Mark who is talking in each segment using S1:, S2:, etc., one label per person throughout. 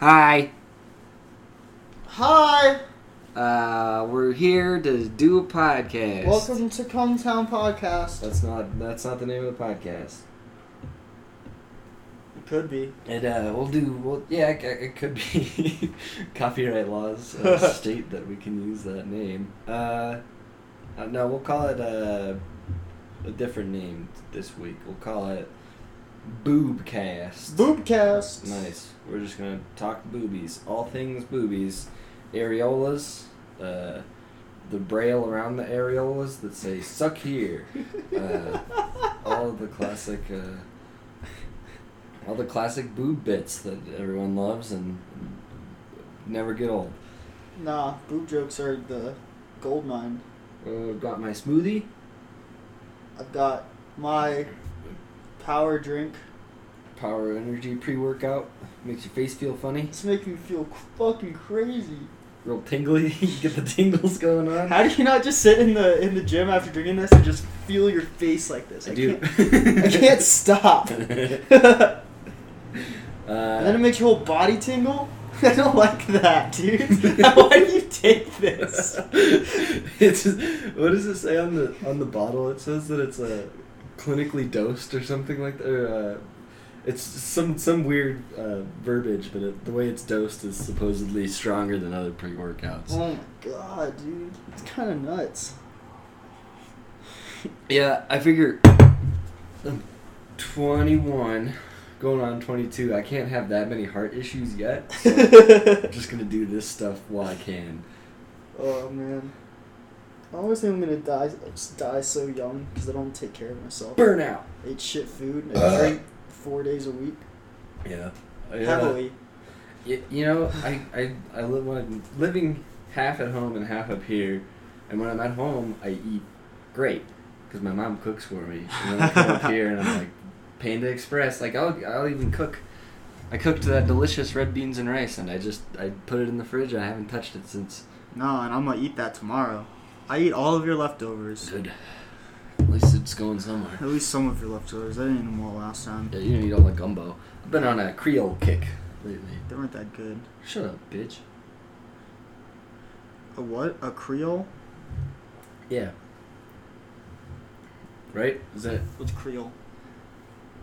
S1: Hi.
S2: Hi!
S1: Uh, we're here to do a podcast.
S2: Welcome to Come Town Podcast.
S1: That's not that's not the name of the podcast.
S2: Could be.
S1: And uh, we'll do well. Yeah, it, it could be copyright laws uh, state that we can use that name. Uh, uh, no, we'll call it uh, a different name this week. We'll call it Boobcast.
S2: Boobcast!
S1: Nice. We're just gonna talk boobies, all things boobies, areolas, uh, the braille around the areolas that say "suck here," uh, all of the classic, uh, all the classic boob bits that everyone loves and never get old.
S2: Nah, boob jokes are the gold mine.
S1: Uh, got my smoothie.
S2: I've got my power drink.
S1: Power Energy pre-workout makes your face feel funny,
S2: It's making me feel fucking crazy.
S1: real tingly. Get the tingles going on.
S2: How do you not just sit in the in the gym after drinking this and just feel your face like this?
S1: I do.
S2: Can't, I can't stop. and then it
S1: Uh,
S2: makes your whole body tingle. I don't like that, dude. Why do you take this?
S1: it's what does it say on the on the bottle? It says that it's a clinically dosed or something like that. Or, uh, it's some some weird uh, verbiage, but it, the way it's dosed is supposedly stronger than other pre workouts.
S2: Oh my god, dude. It's kind of nuts.
S1: Yeah, I figure twenty one, going on twenty two. I can't have that many heart issues yet. So I'm just gonna do this stuff while I can.
S2: oh man. I always think I'm gonna die die so young because I don't take care of myself.
S1: Burnout.
S2: Ate shit food and
S1: Uh.
S2: drink four days a week.
S1: Yeah.
S2: Heavily.
S1: Y- you know, I, I, I live when I'm living half at home and half up here, and when I'm at home, I eat great because my mom cooks for me. And then I come up here and I'm like Panda Express. Like I'll, I'll even cook. I cooked that delicious red beans and rice, and I just I put it in the fridge. I haven't touched it since.
S2: No, and I'm gonna eat that tomorrow. I eat all of your leftovers.
S1: Good. At least it's going somewhere.
S2: At least some of your leftovers. I didn't eat them all last time.
S1: Yeah, you don't eat all the gumbo. I've been on a Creole kick lately.
S2: They weren't that good.
S1: Shut up, bitch.
S2: A what? A Creole?
S1: Yeah. Right? Is that
S2: What's Creole?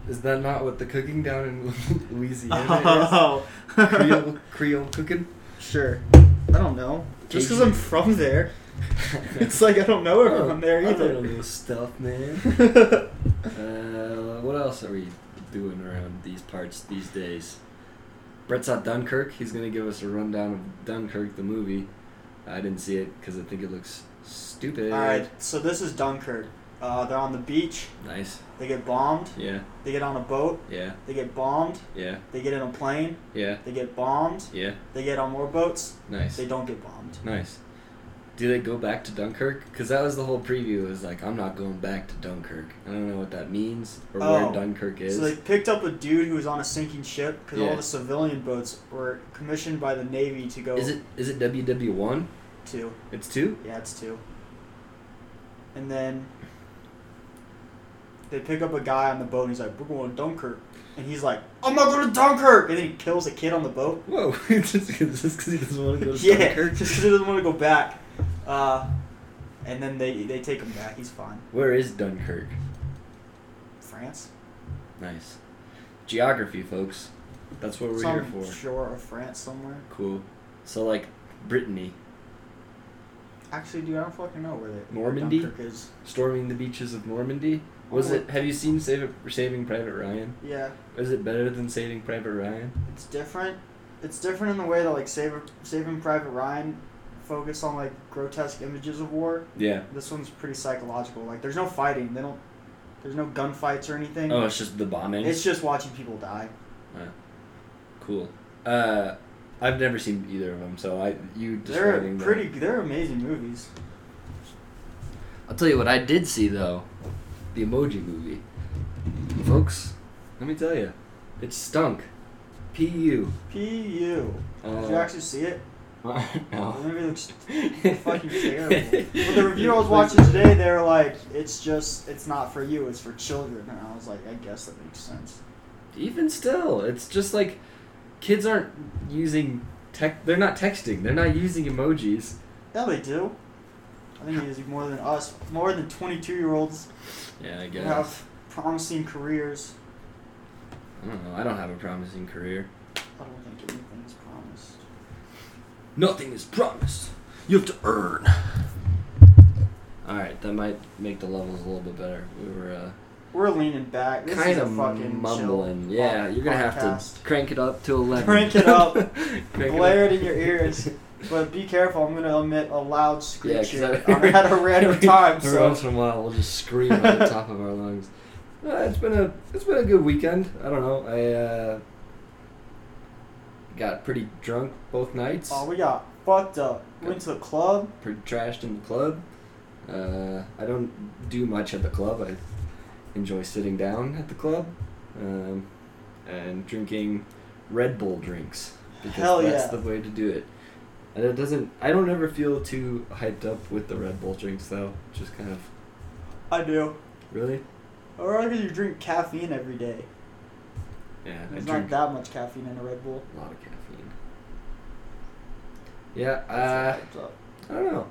S1: Is that not what the cooking down in Louisiana
S2: Oh.
S1: is? Creole, Creole cooking?
S2: sure. I don't know. Just because I'm from there, it's like I don't know everyone there
S1: Oh, I know a
S2: either.
S1: little stuff, man. Uh, what else are we doing around these parts these days? Brett's at Dunkirk. He's going to give us a rundown of Dunkirk, the movie. I didn't see it because I think it looks stupid.
S2: All right, so this is Dunkirk. Uh, they're on the beach.
S1: Nice.
S2: They get bombed.
S1: Yeah,
S2: They get on a boat.
S1: yeah,
S2: They get bombed.
S1: yeah,
S2: They get in a plane.
S1: yeah,
S2: They get bombed.
S1: yeah.
S2: They get on more boats.
S1: Nice.
S2: They don't get bombed.
S1: Nice. Do they go back to Dunkirk? Because that was the whole preview. Is like I'm not going back to Dunkirk. I don't know what that means or where
S2: Oh.
S1: Dunkirk is.
S2: So they picked up a dude who was on a sinking ship because
S1: Yeah.
S2: all the civilian boats were commissioned by the Navy to go
S1: is it is it WW one?
S2: to.
S1: It's two.
S2: Yeah, it's two. And then they pick up a guy on the boat and he's like, We're going to Dunkirk. And he's like, I'm not going to Dunkirk! And then he kills a kid on the boat.
S1: Whoa! just because he doesn't want to go to
S2: yeah,
S1: Dunkirk.
S2: just 'cause he doesn't want to go back. Uh, and then they, they take him back. He's fine.
S1: Where is Dunkirk?
S2: France?
S1: Nice. Geography, folks. That's what we're
S2: Some
S1: here for.
S2: shore of France somewhere.
S1: Cool. So like Brittany,
S2: Actually, dude, I don't fucking know where that
S1: Normandy?
S2: Dunkirk is.
S1: storming the beaches of Normandy. Was
S2: Oh.
S1: it? Have you seen Save, Saving Private Ryan?
S2: Yeah,
S1: Is it better than Saving Private Ryan?
S2: it's different. It's different in the way that like Saving, Saving Private Ryan focused on like grotesque images of war.
S1: Yeah.
S2: This one's pretty psychological. Like, there's no fighting. They don't. There's no gunfights or anything.
S1: Oh, it's just the bombing.
S2: it's just watching people die.
S1: Cool. Uh, I've never seen either of them, so I you
S2: They're
S1: describing them-
S2: pretty. They're amazing movies.
S1: I'll tell you what I did see though, the Emoji Movie, folks. Let me tell you, it stunk. P U.
S2: P.U. Did you
S1: Uh,
S2: actually see it? The
S1: no.
S2: movie looks
S1: Fucking
S2: fucking terrible. Well, the review I was watching today, they were like, "It's just, it's not for you. It's for children." And I was like, "I guess that makes sense."
S1: Even still, it's just like kids aren't using tech. They're not texting. They're not using emojis.
S2: Yeah, they do. I think they use more than us. More than 22 year olds
S1: Yeah, I guess.
S2: have promising careers.
S1: I don't know. I don't have a promising career.
S2: I don't think anything is promised.
S1: Nothing is promised. You have to earn. All right, that might make the levels a little bit better. We were uh,
S2: We're leaning back. This
S1: kind
S2: is a
S1: of
S2: fucking
S1: mumbling.
S2: chill
S1: Yeah,
S2: pod-
S1: you're gonna have
S2: podcast.
S1: to crank it up to eleven.
S2: Crank it up.
S1: Crank it
S2: Blare
S1: up.
S2: it in your ears. But be careful, I'm gonna emit a loud
S1: Yeah,
S2: screech.
S1: 'cause
S2: here.
S1: I-
S2: I'm at a random time,
S1: every
S2: so
S1: once in a while we'll just scream at the top of our lungs. Uh, it's been a it's been a good weekend. I don't know. I uh, got pretty drunk both nights.
S2: oh, we got fucked up. Went to the club.
S1: pretty trashed in the club. Uh, I don't do much at the club. I enjoy sitting down at the club um, and drinking Red Bull drinks because
S2: Hell
S1: that's
S2: yeah.
S1: the way to do it. And it doesn't. I don't ever feel too hyped up with the Red Bull drinks though. Just kind of
S2: I do.
S1: really.
S2: Or Oh, I guess you drink caffeine every day.
S1: Yeah, I
S2: There's not
S1: drink
S2: that much caffeine in a Red Bull.
S1: a lot of caffeine. Yeah,
S2: That's
S1: uh,
S2: fucked up.
S1: I don't know.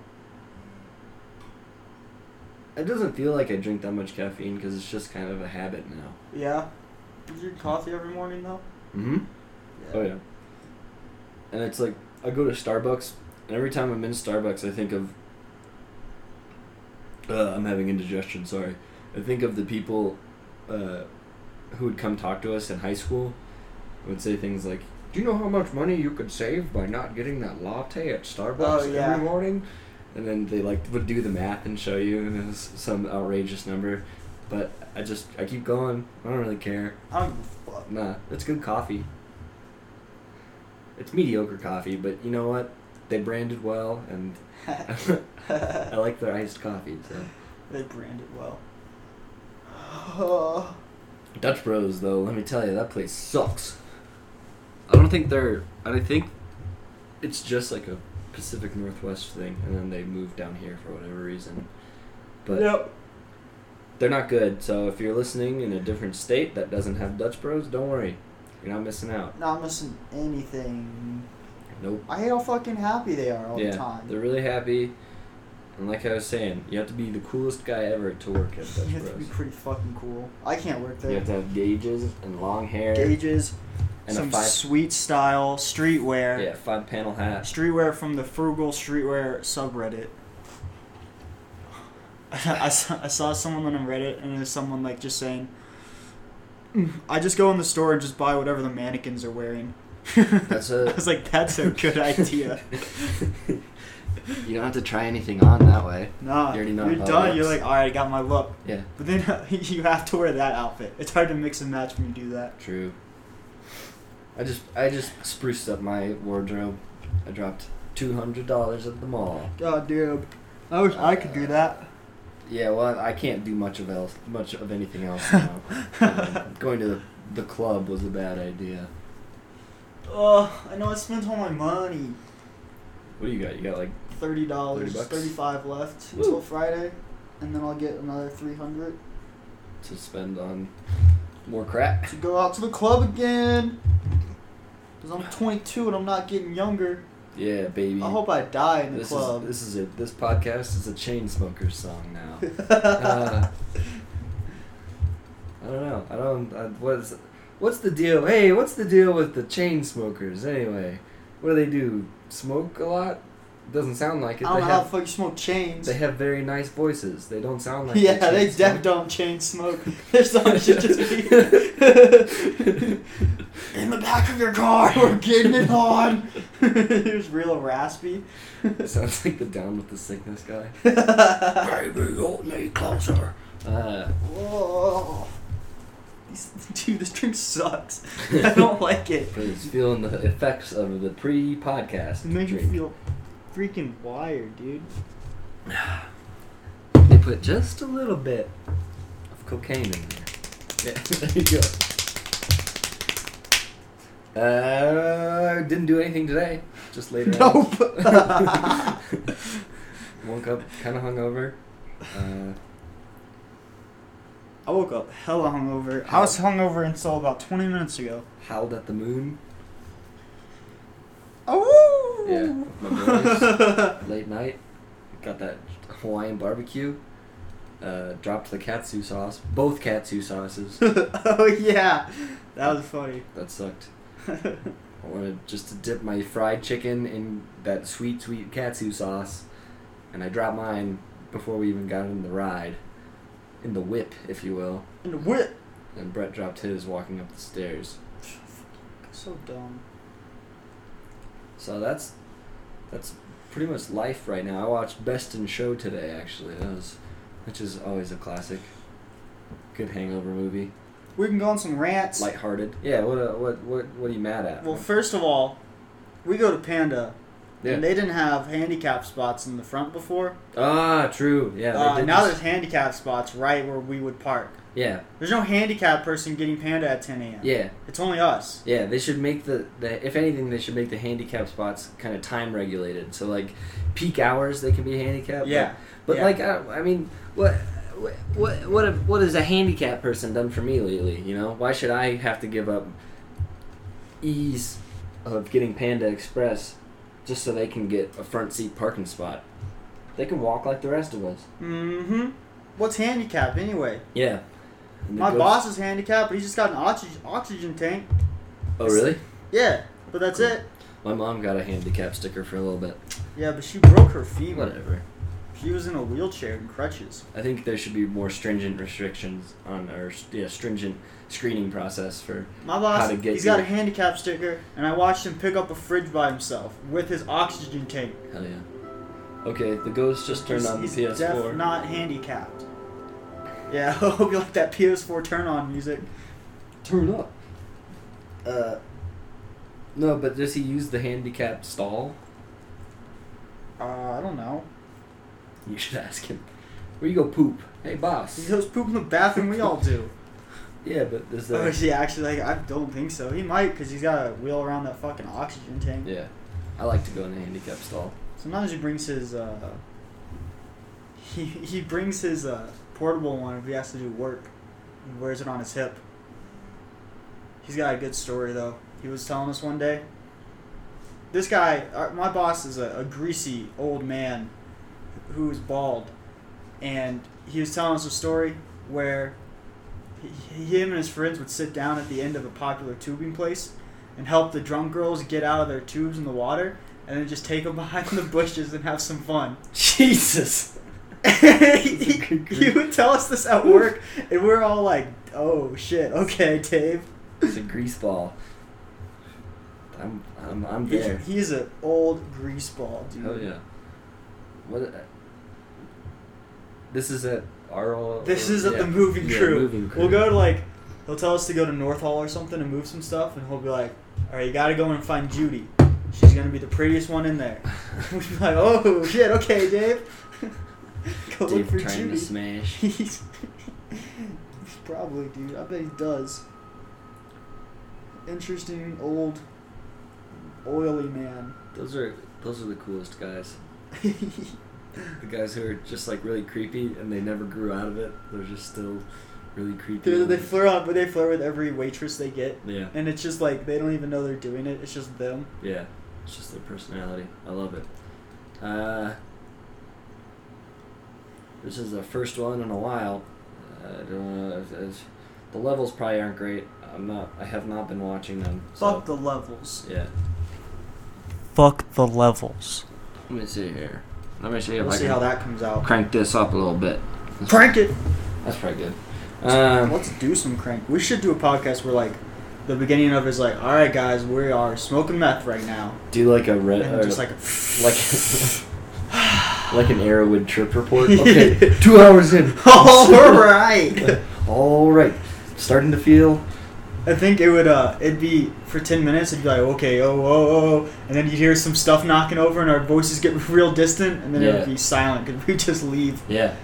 S1: It doesn't feel like I drink that much caffeine because it's just kind of a habit now.
S2: yeah. You drink coffee every morning though.
S1: Mm-hmm. Oh yeah. And it's like I go to Starbucks, and every time I'm in Starbucks, I think of. Uh, I'm having indigestion. Sorry. I think of the people, uh, who would come talk to us in high school, and would say things like, "Do you know how much money you could save by not getting that latte at Starbucks
S2: Oh, yeah.
S1: every morning?" And then they like would do the math and show you, and it was some outrageous number. But I just I keep going. I don't really care.
S2: I don't give a fuck.
S1: Nah, it's good coffee. It's mediocre coffee, but you know what? They branded well, and I like their iced coffee. So
S2: They brand it well. Oh,
S1: Dutch Bros, though, let me tell you, that place sucks. I don't think they're. I think it's just like a Pacific Northwest thing, and then they moved down here for whatever reason. But
S2: yep.
S1: they're not good. So if you're listening in a different state that doesn't have Dutch Bros, don't worry, you're not missing out.
S2: Not missing anything.
S1: Nope.
S2: I hate how fucking happy they are all the time.
S1: They're really happy. And like I was saying, you have to be the coolest guy ever to work at Dutch
S2: You have to be
S1: Bros.
S2: pretty fucking cool. I can't work
S1: You
S2: there.
S1: have to have gauges and long hair
S2: Gauges,
S1: and
S2: some
S1: a five
S2: sweet style streetwear.
S1: yeah, five panel hat.
S2: Streetwear from the Frugal Streetwear subreddit. I, saw, I saw someone on Reddit and there's someone like just saying, "Mm, I just go in the store and just buy whatever the mannequins are wearing.
S1: That's
S2: I
S1: a
S2: was like, that's a good idea.
S1: You don't have to try anything on that way.
S2: Nah,
S1: You
S2: you
S1: already know
S2: are
S1: how it
S2: done. You're
S1: works.
S2: like, all right, I got my look.
S1: Yeah.
S2: But then you have to wear that outfit. It's hard to mix and match when you do that.
S1: True. I just I just spruced up my wardrobe. I dropped two hundred dollars at the mall.
S2: God damn. I wish I could do that.
S1: Yeah, well, I can't do much of else, much of anything else now. Um, going to the, the club was a bad idea.
S2: Oh, I know I spent all my money.
S1: What do you got? You got like
S2: Thirty dollars,
S1: 30 bucks.
S2: thirty-five left
S1: Woo.
S2: until Friday, and then I'll get another three hundred
S1: to spend on more crap.
S2: to go out to the club again. Cause I'm 22 and I'm not getting younger.
S1: Yeah, baby.
S2: I hope I die in the
S1: this
S2: club.
S1: is this is it. This podcast is a chain smokers song now. Uh, I don't know. I don't. I, what's what's the deal? Hey, what's the deal with the chain smokers anyway? What do they do? Smoke a lot? Doesn't sound like it.
S2: I don't
S1: They
S2: know how the
S1: have
S2: fuck you smoke chains.
S1: they have very nice voices. They don't sound like
S2: yeah, they
S1: chain
S2: def
S1: smoke.
S2: don't chain smoke. Their song should just be in the back of your car. We're getting it on. it was real raspy.
S1: It sounds like the down with the sickness guy.
S2: Whoa.
S1: Baby, hold me closer. Uh,
S2: These- Dude, this drink sucks. I don't like it.
S1: He's feeling the effects of the pre-podcast
S2: It makes me
S1: drink.
S2: feel freaking wired, dude.
S1: They put just a little bit of cocaine in there. Yeah, there you go. Uh, didn't do anything today. Just later.
S2: Nope.
S1: Woke up kind of hungover. Uh,
S2: I woke up hella hungover. I was hungover until about 20 minutes ago.
S1: howled at the moon.
S2: Oh.
S1: Yeah, my boys, late night, got that Hawaiian barbecue. Uh, dropped the katsu sauce, both katsu sauces.
S2: oh yeah, that was funny.
S1: That sucked. I wanted just to dip my fried chicken in that sweet, sweet katsu sauce, and I dropped mine before we even got in the ride, in the whip, if you will.
S2: and what?
S1: And Brett dropped his walking up the stairs.
S2: So dumb.
S1: So that's that's pretty much life right now. I watched Best in Show today, actually. That was, which is always a classic. Good hangover movie.
S2: We can go on some rants.
S1: Lighthearted. Yeah. What? Uh, what? What? What are you mad at?
S2: well, first of all, we go to Panda,
S1: yeah.
S2: and they didn't have handicap spots in the front before.
S1: ah, true. Yeah. they
S2: uh,
S1: did
S2: now
S1: this-
S2: there's handicap spots right where we would park.
S1: Yeah.
S2: There's no handicap person getting Panda at 10 a.m.
S1: Yeah.
S2: It's only us.
S1: Yeah, they should make the, the if anything they should make the handicap spots kind of time regulated. So like peak hours they can be handicapped.
S2: Yeah,
S1: But, but
S2: yeah.
S1: like I, I mean, what what what have, what has a handicapped person done for me lately? You know, why should I have to give up ease of getting Panda Express just so they can get a front seat parking spot? They can walk like the rest of us.
S2: Mm-hmm. What's handicap anyway?
S1: Yeah. And it
S2: My
S1: goes-
S2: boss is handicapped, but he's just got an oxygen oxygen tank.
S1: Oh really?
S2: Yeah, but that's
S1: Cool.
S2: it.
S1: My mom got a handicap sticker for a little bit.
S2: Yeah, but she broke her femur.
S1: Whatever.
S2: She was in a wheelchair and crutches.
S1: I think there should be more stringent restrictions on our yeah, stringent screening process for
S2: My boss,
S1: to get
S2: he's
S1: you-
S2: got a handicap sticker, and I watched him pick up a fridge by himself with his oxygen tank.
S1: hell yeah. Okay, the ghost just turned
S2: he's,
S1: on the
S2: he's
S1: PS4.
S2: Deaf, not handicapped. Yeah, I hope you like that PS4 turn on music.
S1: Turn up. Uh, no, but does he use the handicapped stall?
S2: Uh, I don't know.
S1: You should ask him. Where you go poop? Hey
S2: He
S1: boss.
S2: goes poop in the bathroom. We all do.
S1: Yeah, but does
S2: Oh,
S1: the
S2: yeah, actually, like I don't think so. He might, cause he's got to wheel around that fucking oxygen tank.
S1: yeah. I like to go in the handicapped stall.
S2: Sometimes he brings his uh, he he brings his uh, portable one if he has to do work. He wears it on his hip. He's got a good story though. He was telling us one day. This guy, our, my boss, is a, a greasy old man who is bald, and he was telling us a story where he, him and his friends would sit down at the end of a popular tubing place and help the drunk girls get out of their tubes in the water and then just take them behind the bushes and have some fun.
S1: Jesus.
S2: he, he would tell us this at work, and we are all like, "Oh shit, okay, Dave."
S1: It's a grease ball. I'm I'm I'm
S2: He's,
S1: there.
S2: he's an old greaseball, dude.
S1: Hell yeah. What? uh, This is at our. old-
S2: This is at
S1: yeah.
S2: the moving
S1: Yeah,
S2: crew.
S1: moving crew.
S2: We'll go to like, he'll tell us to go to North Hall or something and move some stuff, and he'll be like, "All right, you gotta go and find Judy. She's gonna be the prettiest one in there." We'd be like, "Oh shit, okay, Dave." go
S1: Dave
S2: look for
S1: trying
S2: Judy.
S1: to smash.
S2: He's probably, dude. I bet he does. Interesting old, oily man.
S1: Those are those are the coolest guys. The guys who are just like really creepy and they never grew out of it. They're just still really creepy.
S2: Dude, they flirt on, but they flirt with every waitress they get,
S1: Yeah,
S2: and it's just like they don't even know they're doing it. It's just them.
S1: yeah. It's just their personality. I love it. Uh, this is the first one in a while. I don't know. If, if, the levels probably aren't great. I'm not. I have not been watching them. So.
S2: Fuck the levels.
S1: Yeah.
S2: Fuck the levels.
S1: Let me see here. Let me see if
S2: We'll
S1: I
S2: see
S1: can
S2: how that comes out.
S1: crank this up a little bit. That's,
S2: Crank it.
S1: That's probably good. Um,
S2: Let's do some crank. We should do a podcast where like, the beginning of it is like, all right, guys, we are smoking meth right now,
S1: do like a red,
S2: and
S1: or
S2: just like.
S1: like like an Arrowwood trip report. Okay, two hours in.
S2: All "Oh, right.
S1: All right, starting to feel.
S2: I think it would uh it'd be for ten minutes it'd be like okay oh oh oh and then you'd hear some stuff knocking over and our voices get real distant and then it would
S1: Yeah.
S2: be silent because we just leave.
S1: Yeah,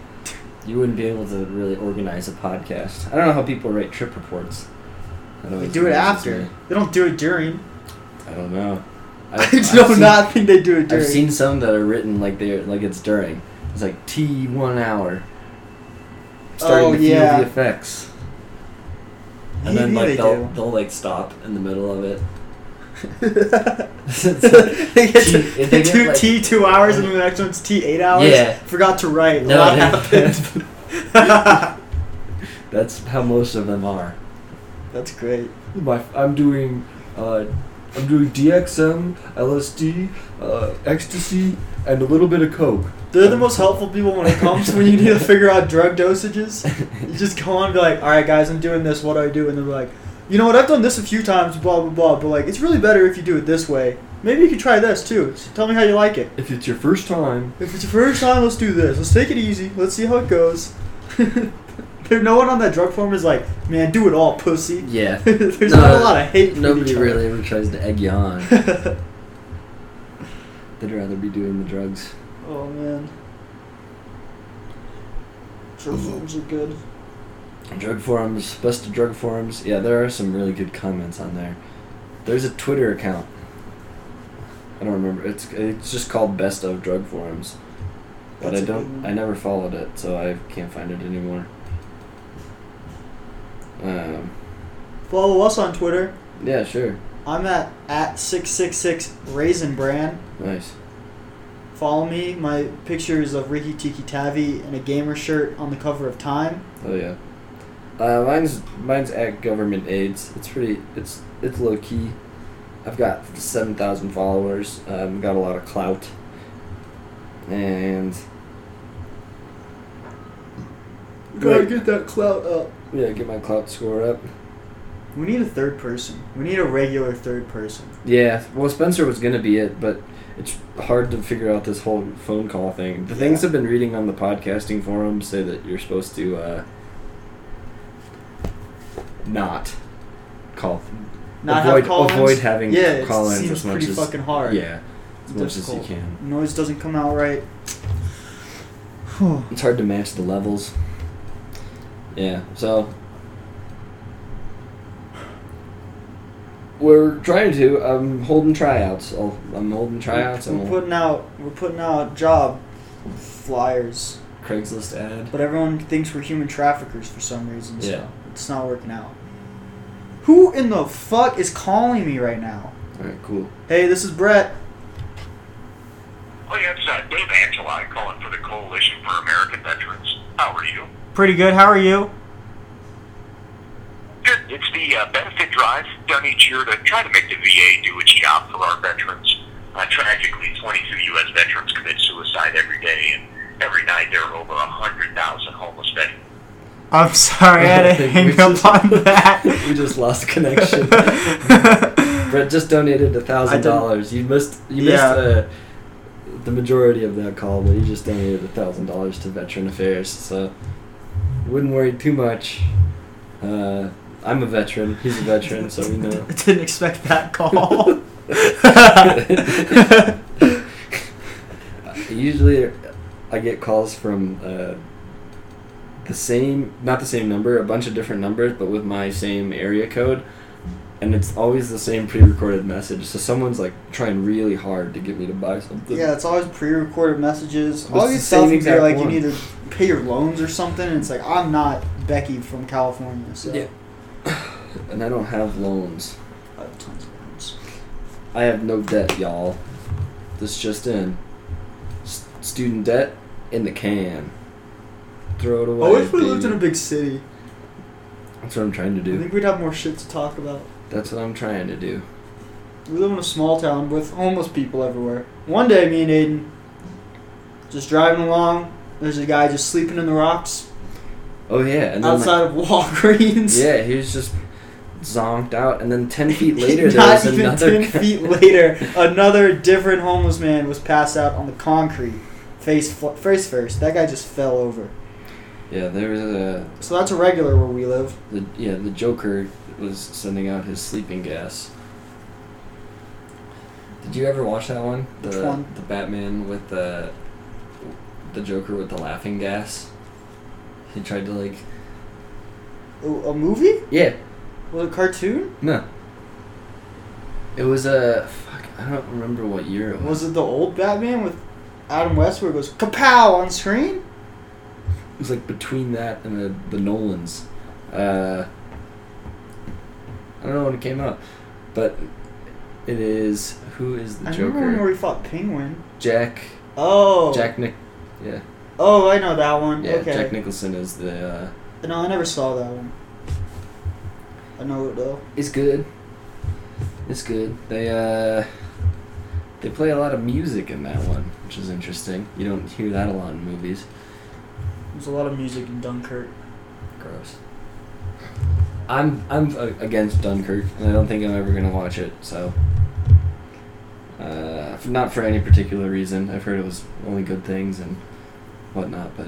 S1: you wouldn't be able to really organize a podcast. I don't know how people write trip reports. That
S2: They
S1: always
S2: do it
S1: amazes
S2: after.
S1: me.
S2: They don't do it during.
S1: I don't know.
S2: I
S1: I've-
S2: do
S1: I've seen-
S2: not think they do it during.
S1: I've seen some that are written like they're like it's during. It's like T one hour. Starting
S2: Oh,
S1: to feel
S2: yeah.
S1: the effects. And
S2: Maybe
S1: then like
S2: they
S1: they'll
S2: do.
S1: they'll like stop in the middle of it.
S2: they get
S3: T-
S2: to,
S3: if they
S2: they
S3: get,
S2: two
S3: like-
S2: T two hours and then the next one's T eight hours.
S3: Yeah.
S2: Forgot to write.
S3: No,
S2: a lot
S3: they-
S2: happened.
S1: That's how most of them are.
S2: That's great.
S1: My, I'm doing, uh, I'm doing DXM, LSD, uh, ecstasy, and a little bit of coke.
S2: They're the most helpful people when it comes when you need to figure out drug dosages. You just go on and be like, all right, guys, I'm doing this. What do I do? And they're like, you know what? I've done this a few times, blah, blah, blah. But like, it's really better if you do it this way. Maybe you could try this too. So tell me how you like it.
S1: If it's your first time,
S2: If it's your first time, let's do this. Let's take it easy. Let's see how it goes. there, no one on that drug form is like, man, do it all, pussy.
S3: Yeah.
S2: There's
S3: No,
S2: not a lot of hate. between
S3: Nobody
S2: each other.
S3: really ever tries to egg you on.
S1: they'd rather be doing the drugs.
S2: oh man, drug forms are good.
S1: Drug forums, best of drug forums. Yeah, there are some really good comments on there. There's a Twitter account. I don't remember. It's it's just called Best of Drug Forums, but
S2: That's
S1: I
S2: a good
S1: don't.
S2: one.
S1: I never followed it, so I can't find it anymore. Um.
S2: Follow us on Twitter.
S1: Yeah. Sure.
S2: I'm at at six six six raisin brand.
S1: Nice.
S2: Follow me. My picture is of Ricky Tiki Tavi in a gamer shirt on the cover of Time.
S1: Oh yeah. Uh, mine's mine's at government aids. It's pretty. It's it's low key. I've got seven thousand followers. Um, got a lot of clout. And Gotta
S2: get that clout up.
S1: yeah, get my clout score up.
S2: We need a third person. We need a regular third person.
S1: Yeah. Well, Spencer was gonna be it, but it's hard to figure out this whole phone call thing. The things
S2: Yeah.
S1: I've been reading on the podcasting forums say that you're supposed to uh, not call.
S2: Not
S1: avoid,
S2: have call-ins.
S1: avoid having
S2: yeah, it
S1: call-ins
S2: seems
S1: as much
S2: pretty
S1: as
S2: fucking hard.
S1: Yeah, as much as you
S2: Difficult.
S1: can.
S2: Noise doesn't come out right.
S1: It's hard to match the levels. Yeah, so we're trying to. I'm holding tryouts. I'll, I'm holding tryouts. I'm
S2: we're
S1: on
S2: putting out we're putting out job flyers,
S1: Craigslist ad.
S2: but everyone thinks we're human traffickers for some reason.
S1: Yeah.
S2: So it's not working out. Who in the fuck is calling me right now?
S1: All right, cool.
S2: Hey, this is Brett.
S4: Oh, yeah, it's uh, Dave Angeli calling for the Coalition for American Veterans. How are you?
S2: Pretty good. How are you?
S4: Good. It's the uh, benefit drive done each year to try to make the VA do its job for our veterans. Uh, tragically, 22 U.S. veterans commit suicide every day, and every night there are over 100,000 homeless veterans.
S2: I'm sorry,
S1: I had to hang up on We just lost connection. Brett just donated a thousand dollars. You missed. You missed
S2: Yeah.
S1: uh, the majority of that call, but you just donated a thousand dollars to Veteran Affairs. So wouldn't worry too much. Uh, I'm a veteran. He's a veteran, so we know.
S2: Didn't expect that
S1: Oh.
S2: call.
S1: Usually, I get calls from uh, the same, not the same number, a bunch of different numbers, but with my same area code, and it's always the same pre-recorded message. So someone's like trying really hard to get me to buy something.
S2: yeah, it's always pre-recorded messages.
S1: It's
S2: All
S1: the
S2: these
S1: same
S2: stuff you
S1: exact
S2: hear, like
S1: one.
S2: you need to pay your loans or something. And it's like I'm not Becky from California, so
S1: Yeah. and I don't have loans.
S2: I have tons of loans.
S1: I have no debt, y'all. This just in. S- student debt in the can. Throw it away.
S2: I wish Oh, we lived in
S1: baby.
S2: a big city.
S1: That's what I'm trying to
S2: I
S1: do.
S2: think we'd have more shit to talk about.
S1: That's what I'm trying to do.
S2: We live in a small town with homeless people everywhere. One day, me and Aiden, just driving along, there's a guy just sleeping in the rocks
S1: Oh yeah, and then like,
S2: outside of Walgreens.
S1: yeah, he was just zonked out, and then ten feet later there
S2: Not
S1: was
S2: even
S1: another.
S2: ten
S1: guy-
S2: feet later, another different homeless man was passed out on the concrete, face fl- face first. That guy just fell over.
S1: Yeah, there was a
S2: So that's a regular where we live.
S1: the yeah the Joker was sending out his sleeping gas. Did you ever watch that one? The
S2: Which one?
S1: the Batman with the the Joker with the laughing gas. He tried to like
S2: Ooh, A movie?
S1: yeah
S2: Was it a cartoon?
S1: no. It was a fuck. I don't remember what year it was.
S2: Was it the old Batman with Adam West where it goes kapow on screen?
S1: It was like between that and the the Nolans. Uh, I don't know when it came out, but It is who is the
S2: I remember when
S1: Joker?
S2: we fought Penguin.
S1: Jack.
S2: Oh.
S1: Jack Nick. Yeah.
S2: Oh, I know that one.
S1: Yeah.
S2: okay.
S1: Jack Nicholson is the. Uh,
S2: no, I never saw that one. I know it though.
S1: it's good. It's good. They uh, they play a lot of music in that one, which is interesting. You don't hear that a lot in movies.
S2: There's a lot of music in Dunkirk.
S1: Gross. I'm I'm uh, against Dunkirk, and I don't think I'm ever gonna watch it. So, uh, f- not for any particular reason. I've heard it was only good things and whatnot, but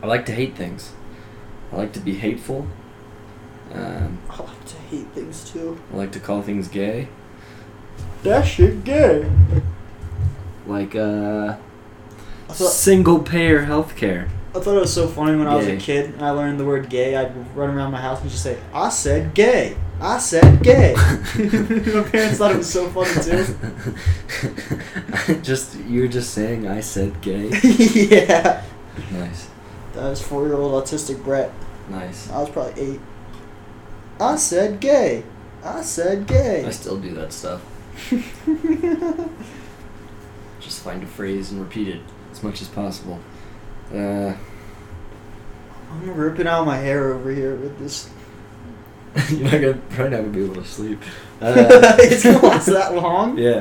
S1: I like to hate things. I like to be hateful. Um,
S2: I like to hate things too.
S1: I like to call things gay.
S2: That shit gay.
S1: Like uh,
S2: I thought,
S1: single payer healthcare.
S2: I thought it was so funny when I was a
S1: Gay.
S2: kid and I learned the word gay. I'd run around my house and just say, I said gay. I said gay. my parents thought it was so funny too.
S1: just you're just saying I said gay.
S2: yeah.
S1: nice,
S2: That was four year old autistic Brett.
S1: nice.
S2: I was probably eight. I said gay. I said
S1: I
S2: gay.
S1: still do that stuff. Just find a phrase and repeat it as much as possible. Uh,
S2: I'm ripping out my hair over here with this.
S1: you're not gonna probably not gonna be able to sleep. Uh,
S2: it's gonna last that long.
S1: yeah.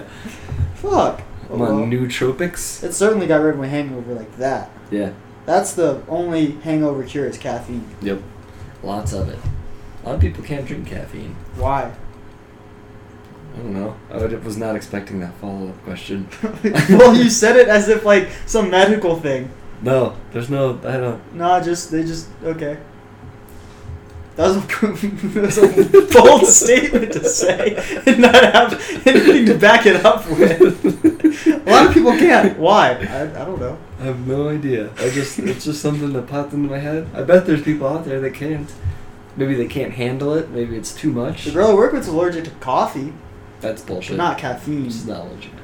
S2: Fuck. Oh,
S1: I'm
S2: well.
S1: on nootropics.
S2: It certainly got rid of my hangover like that.
S1: Yeah.
S2: That's the only hangover cure is caffeine.
S1: Yep. Lots of it. A lot of people can't drink caffeine.
S2: Why?
S1: I don't know. I would, was not expecting that follow up question.
S2: well, you said it as if like some medical thing.
S1: No, there's no. I don't.
S2: Nah, just they just okay. That was, a, that was a bold statement to say and not have anything to back it up with. A lot of people can't. Why? I, I don't know.
S1: I have no idea. I just it's just something that popped into my head. I bet there's people out there that can't. Maybe they can't handle it. Maybe it's too much.
S2: The girl I work with's allergic to coffee,
S1: That's bullshit.
S2: but not caffeine.
S1: She's not allergic to coffee.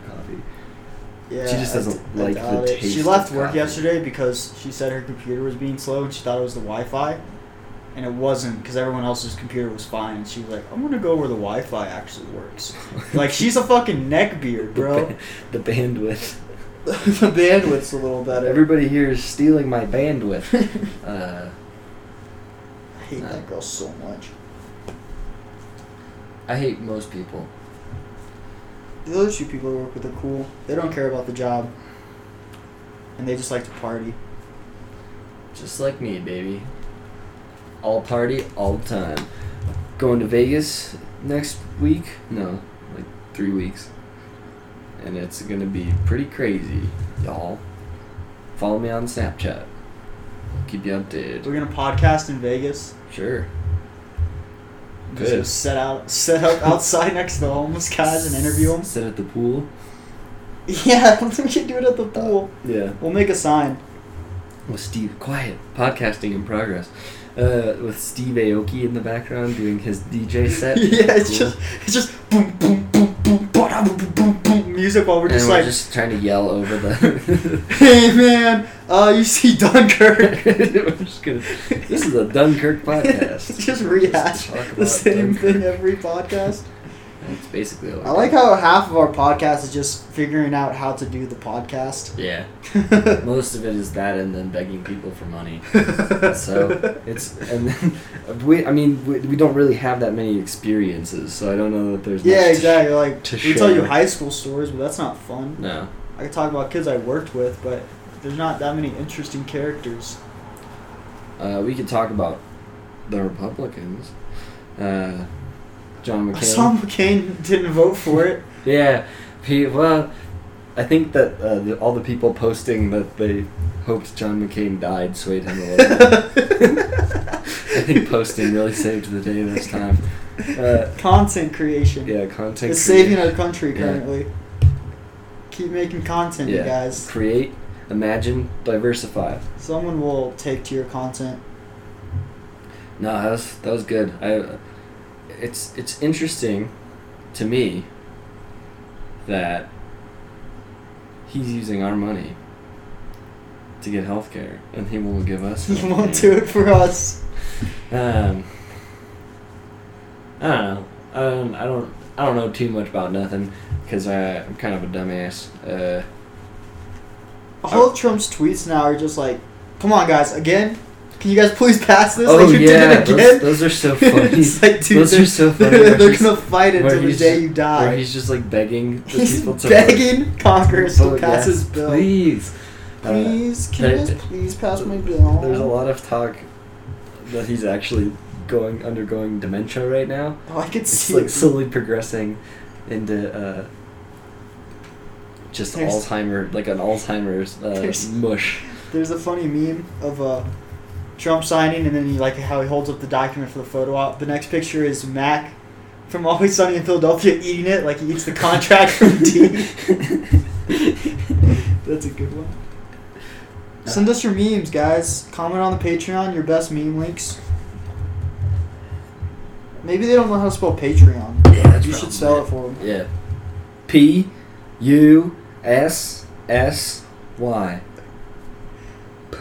S2: Yeah,
S1: She just
S2: I
S1: doesn't
S2: d- I
S1: like
S2: doubt
S1: the
S2: it. She
S1: taste
S2: left
S1: of
S2: work
S1: coffee.
S2: yesterday because she said her computer was being slow and she thought it was the Wi-Fi, and it wasn't because everyone else's computer was fine. And she was like, "I'm gonna go where the Wi-Fi actually works." like she's a fucking neckbeard,
S1: The,
S2: bro.
S1: ba- the bandwidth.
S2: the bandwidth's a little better.
S1: Everybody here is stealing my bandwidth. uh,
S2: I hate that girl so much.
S1: I hate most people.
S2: The other two people I work with are cool. They don't care about the job, and they just like to party.
S1: Just like me, baby. All party, all the time. Going to Vegas next week? No, like three weeks. And it's gonna be pretty crazy, y'all. Follow me on Snapchat. Keep you updated.
S2: We're gonna podcast in Vegas.
S1: Sure.
S2: I'm Just
S1: Good.
S2: gonna set out, set up outside next to the homeless guys and interview them.
S1: Sit at the pool.
S2: Yeah, we can do it at the pool.
S1: Yeah.
S2: We'll make a sign.
S1: With Steve, quiet. Podcasting in progress. Uh, with Steve Aoki in the background doing his DJ set.
S2: yeah, it's
S1: Cool.
S2: just it's just boom boom boom boom ba boom boom boom music while we're
S1: And
S2: just
S1: we're
S2: like,
S1: just trying to yell over the.
S2: hey man, uh, you see Dunkirk?
S1: We're just gonna- This is a Dunkirk podcast.
S2: just rehash
S1: Just talk
S2: the
S1: about
S2: same
S1: Dunkirk.
S2: thing every podcast.
S1: That's basically what
S2: I like how half of our podcast is just figuring out how to do the podcast.
S1: Yeah, most of it is that, and then begging people for money. So it's and then, we. I mean, we, we don't really have that many experiences, so I don't know that there's. much
S2: yeah,
S1: to-
S2: exactly. Like
S1: to
S2: we tell you
S1: share.
S2: high school stories, but that's not fun.
S1: No,
S2: I can talk about kids I worked with, but there's not that many interesting characters.
S1: uh, we could talk about the Republicans. Uh, John
S2: I
S1: McCain.
S2: saw McCain didn't vote for it.
S1: Yeah, pe- well, I think that uh, the, all the people posting that they hoped John McCain died swayed him a little bit. I think posting really saved the day this time. Uh,
S2: Content creation
S1: yeah, content.
S2: is saving our
S1: creation.
S2: country
S1: Yeah.
S2: currently. Keep making content, you
S1: Yeah.
S2: guys.
S1: Create, imagine, diversify.
S2: Someone will take to your content.
S1: No, that was that was good. I, it's it's interesting, to me. That. He's using our money. To get healthcare, and he won't give us.
S2: He won't
S1: healthcare.
S2: do it for us.
S1: Um, I don't know. Um, I don't. I don't know too much about nothing because I'm kind of a dumbass. Uh,
S2: All of Trump's tweets now are just like, "Come on, guys, again? Can you guys please pass this?
S1: oh
S2: like you
S1: yeah,
S2: did it
S1: those,
S2: again."
S1: those are so funny.
S2: it's like, dude,
S1: those
S2: they're,
S1: are so funny.
S2: they're
S1: where he's-
S2: gonna fight
S1: where
S2: until the
S1: he's-
S2: day you
S1: where
S2: die.
S1: he's just like begging the
S2: He's
S1: people to vote-
S2: begging Congress to
S1: vote
S2: pass
S1: yes,
S2: his bill.
S1: Please, Uh,
S2: Please, can you
S1: there-
S2: guys please pass my bill?
S1: There's a lot of talk that he's actually going undergoing dementia right now.
S2: Oh, I could
S1: It's
S2: see
S1: like
S2: it.
S1: slowly progressing into uh, just
S2: There's-
S1: Alzheimer, like an Alzheimer's
S2: There's-
S1: uh, mush.
S2: There's a funny meme of uh, Trump signing, and then he like how he holds up the document for the photo op. The next picture is Mac from Always Sunny in Philadelphia eating it, like he eats the contract from D. That's a good one. Send us your memes, guys. Comment on the Patreon your best meme links. Maybe they don't know how to spell Patreon.
S1: Yeah, that's
S2: you should spell it for them.
S1: Yeah. P U S S Y. P-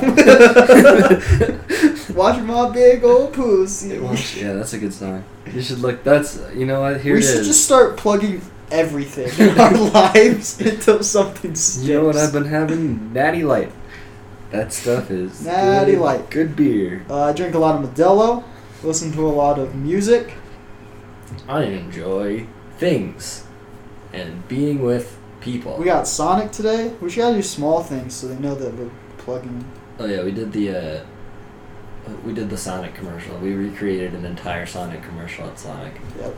S1: Patreon.
S2: Watch my big old pussy.
S1: It was- yeah, that's a good song. You should look. That's you know what here
S2: we
S1: it
S2: should
S1: is.
S2: just start plugging everything in our lives until something sticks.
S1: You know what I've been having? Natty Light. That stuff is
S2: Natty
S1: good-
S2: Light.
S1: Good beer.
S2: uh, I drink a lot of Modelo, listen to a lot of music.
S1: I enjoy things and being with people.
S2: We got Sonic today. We should gotta do small things so they know that we're plugging.
S1: oh yeah, we did the uh, we did the Sonic commercial. We recreated an entire Sonic commercial at Sonic.
S2: Yep.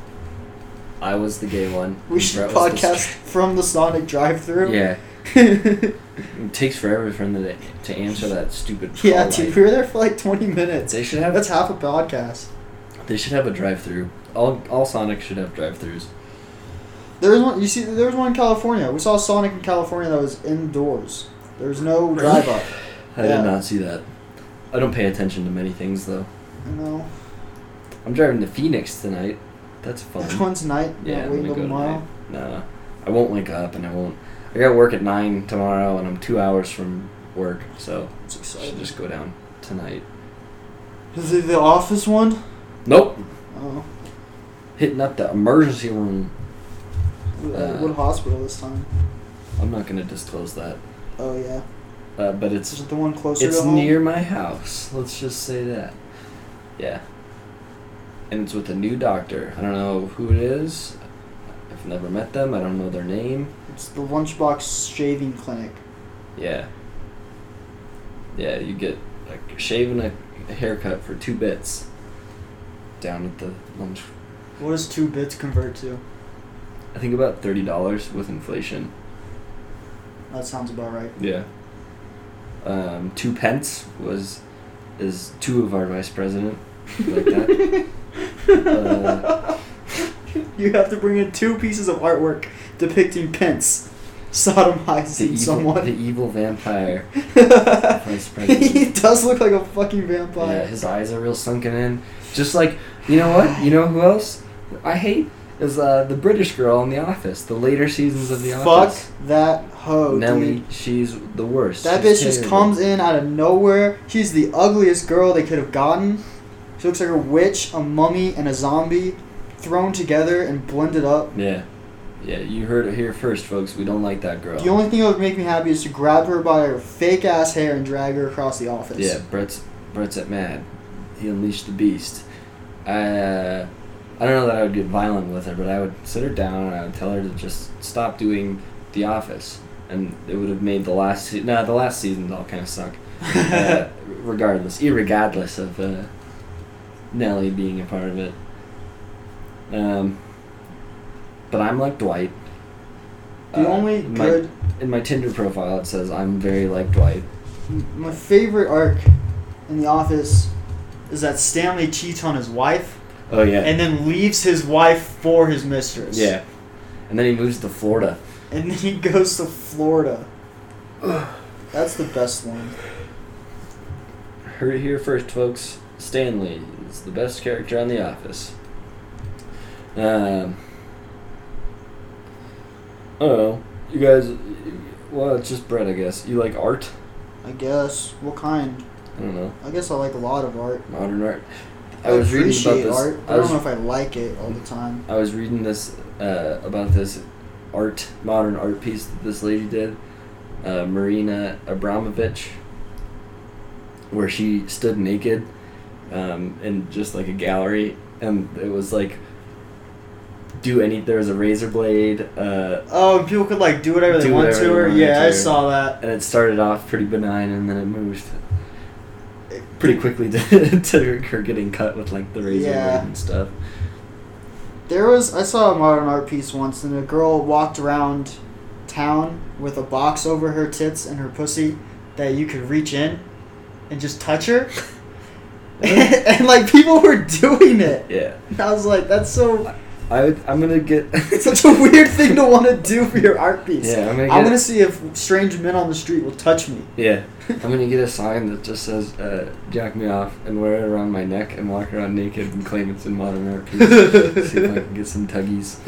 S1: I was the gay one.
S2: We
S1: and
S2: should
S1: Brett was the
S2: podcast from the Sonic
S1: str-
S2: drive-through.
S1: yeah,
S2: Yeah.
S1: it takes forever for them to, to answer that stupid. call
S2: yeah, dude,
S1: light.
S2: we were there for like 20 minutes.
S1: They should have
S2: That's half a podcast.
S1: They should have a drive-through. All all Sonic should have drive-throughs.
S2: There was one. You see, there was one in California. We saw Sonic in California that was indoors. There was no Oh, drive up.
S1: I
S2: Yeah.
S1: did not see that. I don't pay attention to many things though.
S2: You know,
S1: I'm driving to Phoenix tonight. That's fun.
S2: everyone's night.
S1: Yeah,
S2: not
S1: I'm
S2: waiting
S1: gonna
S2: till
S1: go
S2: tomorrow.
S1: tonight. No, I won't wake up, and I won't. I got work at nine tomorrow, and I'm two hours from work, so
S2: It's
S1: I should
S2: exciting.
S1: just go down tonight.
S2: Is it the office one?
S1: Nope,
S2: Oh,
S1: hitting up the emergency room.
S2: Wh-
S1: Uh,
S2: what hospital this time?
S1: I'm not gonna disclose that,
S2: Oh yeah,
S1: uh, but
S2: is
S1: it's
S2: it the one closer
S1: it's
S2: to home?
S1: near my house. Let's just say that. Yeah. And it's with a new doctor. I don't know who it is. I've never met them. I don't know their name.
S2: It's the Lunchbox Shaving Clinic.
S1: Yeah. Yeah, you get like a shave and a, a haircut for two bits. Down at the lunch.
S2: What does two bits convert to?
S1: I think about thirty dollars with inflation.
S2: That sounds about right.
S1: Yeah. Um, two pence was is two of our vice president like that. Uh,
S2: You have to bring in two pieces of artwork depicting Pence sodomizing
S1: the evil,
S2: someone.
S1: the evil vampire vice president.
S2: he does look like a fucking
S1: Yeah,
S2: vampire.
S1: his eyes are real sunken in. Just like you know what? You know who else I hate is uh, the British girl in The Office. The later seasons of The
S2: Fuck
S1: Office.
S2: that hoe,
S1: Nelly,
S2: Oh, dude.
S1: she's the worst.
S2: That
S1: She's
S2: bitch just
S1: terrible.
S2: comes in out of nowhere. She's the ugliest girl they could have gotten. She looks like a witch, a mummy, and a zombie thrown together and blended up.
S1: Yeah, yeah. You heard it here first, folks. We don't like that girl.
S2: The only thing that would make me happy is to grab her by her fake ass hair and drag her across the office.
S1: yeah, Brett's Brett's at mad. He unleashed the beast. Uh, I don't know that I would get violent with her, but I would sit her down and I would tell her to just stop doing The Office, and it would have made the last se- no, the last seasons all kind of sunk. uh, regardless, irregardless of uh, Nelly being a part of it. Um, but I'm like Dwight.
S2: The
S1: Uh,
S2: only
S1: in my,
S2: good,
S1: in my Tinder profile it says I'm very like Dwight.
S2: my favorite arc in The Office is that Stanley cheats on his wife
S1: Oh yeah,
S2: and then leaves his wife for his mistress.
S1: yeah. And then he moves to Florida.
S2: And then he goes to Florida. That's the best one.
S1: Heard it here first, folks. Stanley is the best character on The Office. Um. Oh, you guys. Well, it's just Brett, I guess. You like art?
S2: I guess. What kind?
S1: I don't know.
S2: I guess I like a lot of art.
S1: Modern art. I was reading about
S2: appreciate
S1: this.
S2: art. I,
S1: I was
S2: don't know if I like it all the time.
S1: I was reading this uh, about this art modern art piece that this lady did, uh, Marina Abramovich, where she stood naked um, in just like a gallery, and it was like do any. There was a razor blade, uh,
S2: Oh, and people could like do whatever they
S1: Do
S2: want
S1: whatever
S2: to
S1: they
S2: her.
S1: want
S2: Yeah,
S1: to.
S2: I saw that.
S1: and it started off pretty benign, and then it moved pretty quickly to, to her getting cut with like the razor
S2: Yeah.
S1: blade and stuff.
S2: There was I saw a modern art piece once, and a girl walked around town with a box over her tits and her pussy that you could reach in and just touch her. and like people were doing it.
S1: Yeah,
S2: And I was like, that's so
S1: I would, I'm gonna get
S2: such a weird thing to want to do for your art piece.
S1: Yeah, I'm gonna get
S2: I'm gonna see if strange men on the street will touch me.
S1: Yeah, I'm gonna get a sign that just says uh, "jack me off" and wear it around my neck and walk around naked and claim it's in modern art piece. See if I can get some tuggies.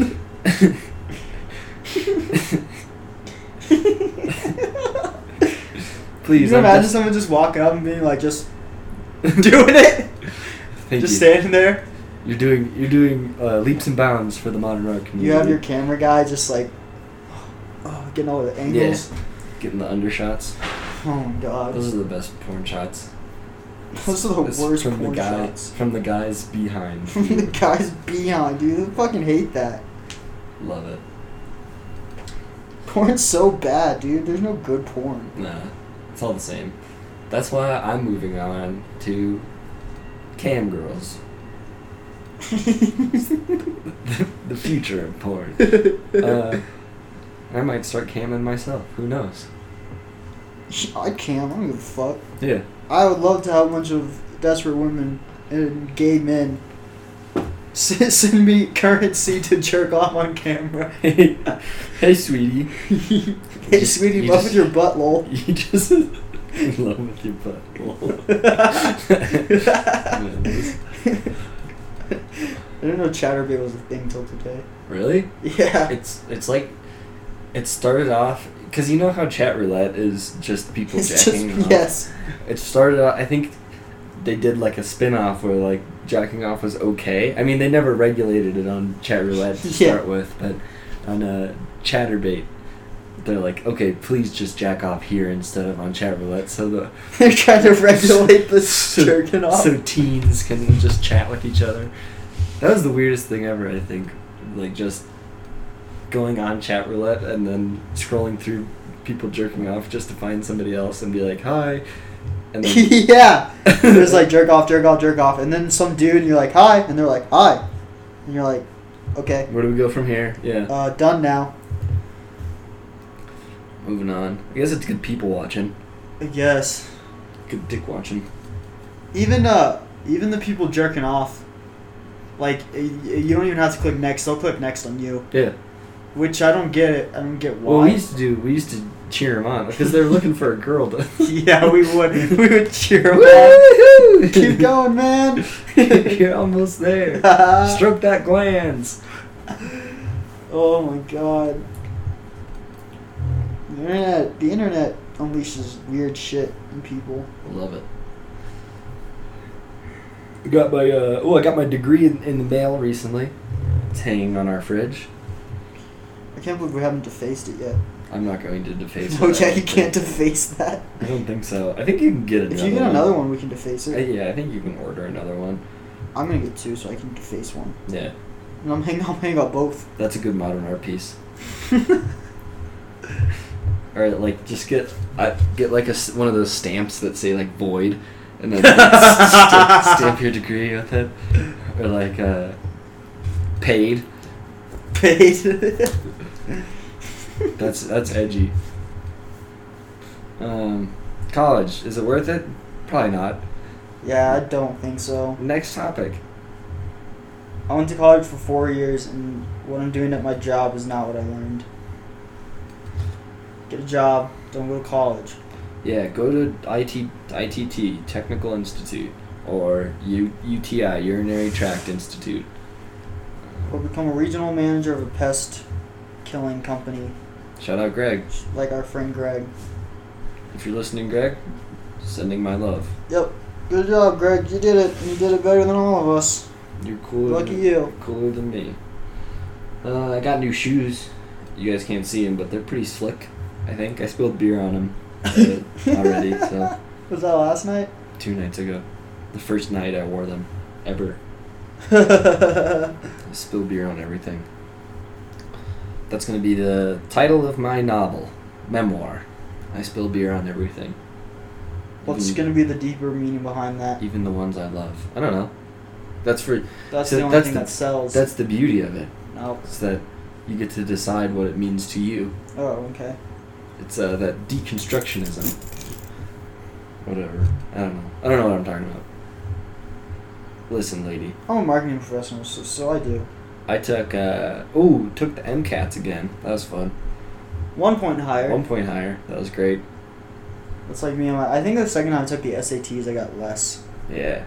S1: Please,
S2: you
S1: I'm
S2: imagine
S1: just-
S2: someone just walking up and being like, just doing it,
S1: Thank
S2: just
S1: you.
S2: standing there.
S1: You're doing you're doing uh, leaps and bounds for the modern art community.
S2: You have your camera guy just like, oh, getting all the angles.
S1: getting the undershots.
S2: Oh my god,
S1: Those are the best porn shots.
S2: those are the
S1: It's
S2: worst
S1: from
S2: porn
S1: the guy,
S2: shots.
S1: From the guys behind.
S2: From the guys beyond, dude, I fucking hate that.
S1: Love it.
S2: Porn's so bad, dude. There's no good porn.
S1: Nah, it's all the same. That's why I'm moving on to cam girls, the, the future of porn. Uh, I might start camming myself. Who knows?
S2: I can't. I don't give a fuck.
S1: Yeah.
S2: I would love to have a bunch of desperate women and gay men s- send me currency to jerk off on camera.
S1: hey, hey, sweetie.
S2: hey,
S1: just-
S2: sweetie,
S1: you
S2: love
S1: just-
S2: with your butt, lol.
S1: You just in love with your butt.
S2: I didn't know chatterbait was a thing till today.
S1: really?
S2: Yeah.
S1: It's it's like it started off because you know how chat roulette is just people
S2: It's just,
S1: jacking off.
S2: yes.
S1: It started out. I think they did like a spin off where like jacking off was okay. I mean, they never regulated it on chat roulette to
S2: Yeah.
S1: start with, but on uh, chatterbait. They're like, okay, please just jack off here instead of on chat roulette, so the
S2: They're trying to regulate the
S1: so,
S2: jerking off.
S1: so teens can just chat with each other. That was the weirdest thing ever, I think. Like just going on chat roulette and then scrolling through people jerking off just to find somebody else and be like, hi, and then
S2: yeah. There's like jerk off, jerk off, jerk off, and then some dude, and you're like, hi, and they're like, hi, and you're like, okay,
S1: Where do we go from here? Yeah.
S2: uh, done now.
S1: Moving on. I guess it's good people watching.
S2: I guess.
S1: Good dick watching.
S2: Even uh, even the people jerking off, like y- y- you don't even have to click next; they'll click next on you,
S1: Yeah.
S2: which I don't get it. I don't get why.
S1: Well, we used to do. We used to cheer them on because they were looking for a girl to.
S2: yeah, we would. We would cheer 'em on.
S1: Woo-hoo!
S2: Keep going, man.
S1: You're almost there. Stroke that glands.
S2: oh my god. The internet, the internet unleashes weird shit in people.
S1: Love it. I got my uh, oh, I got my degree in, in the mail recently. It's hanging on our fridge.
S2: I can't believe we haven't defaced it yet.
S1: I'm not going to deface.
S2: Oh
S1: it, I
S2: yeah, you
S1: don't
S2: can't
S1: think.
S2: deface that.
S1: I don't think so. I think you can get another.
S2: If you get another one, we can deface
S1: Uh,
S2: it.
S1: yeah, I think you can order another one.
S2: I'm gonna get two, so I can deface one.
S1: Yeah,
S2: And I'm hanging, I'm hanging out both.
S1: that's a good modern art piece. Or like just get I get like a s- one of those stamps that say like void, and then like, s- stamp, stamp your degree with it, or like uh, paid.
S2: Paid.
S1: That's that's edgy. Um, college is it worth it? Probably not.
S2: yeah, I don't think so.
S1: Next topic.
S2: I went to college for four years, and what I'm doing at my job is not what I learned. Get a job. Don't go to college.
S1: Yeah, go to IT ITT Technical Institute or U, UTI Urinary Tract Institute.
S2: Or become a regional manager of a pest killing company,
S1: Shout out Greg
S2: like our friend Greg.
S1: if you're listening, Greg. Sending my love.
S2: Yep. Good job, Greg. You did it. You did it better than all of us.
S1: You're cooler.
S2: Lucky
S1: than,
S2: you.
S1: Cooler than me. Uh, I got new shoes. You guys can't see them, but they're pretty slick. I think I spilled beer on them already. So
S2: Was that last night?
S1: two nights ago, the first night I wore them ever. I spilled beer on everything. That's gonna be the title of my novel, memoir. I spill beer on everything.
S2: What's
S1: even,
S2: gonna be the deeper meaning behind that?
S1: even the ones I love. I don't know. That's for
S2: That's
S1: So
S2: the only
S1: that's
S2: thing
S1: the-
S2: that sells.
S1: that's the beauty of it.
S2: no.
S1: It's that you get to decide what it means to you.
S2: Oh, okay.
S1: It's uh, that deconstructionism. Whatever. I don't know. I don't know what I'm talking about. Listen, lady.
S2: I'm a marketing professional, so, so I do.
S1: I took uh ooh, took the MCATs again. That was fun.
S2: One point higher.
S1: One point higher. That was great.
S2: That's like me and my. I think the second time I took the SATs, I got less.
S1: Yeah.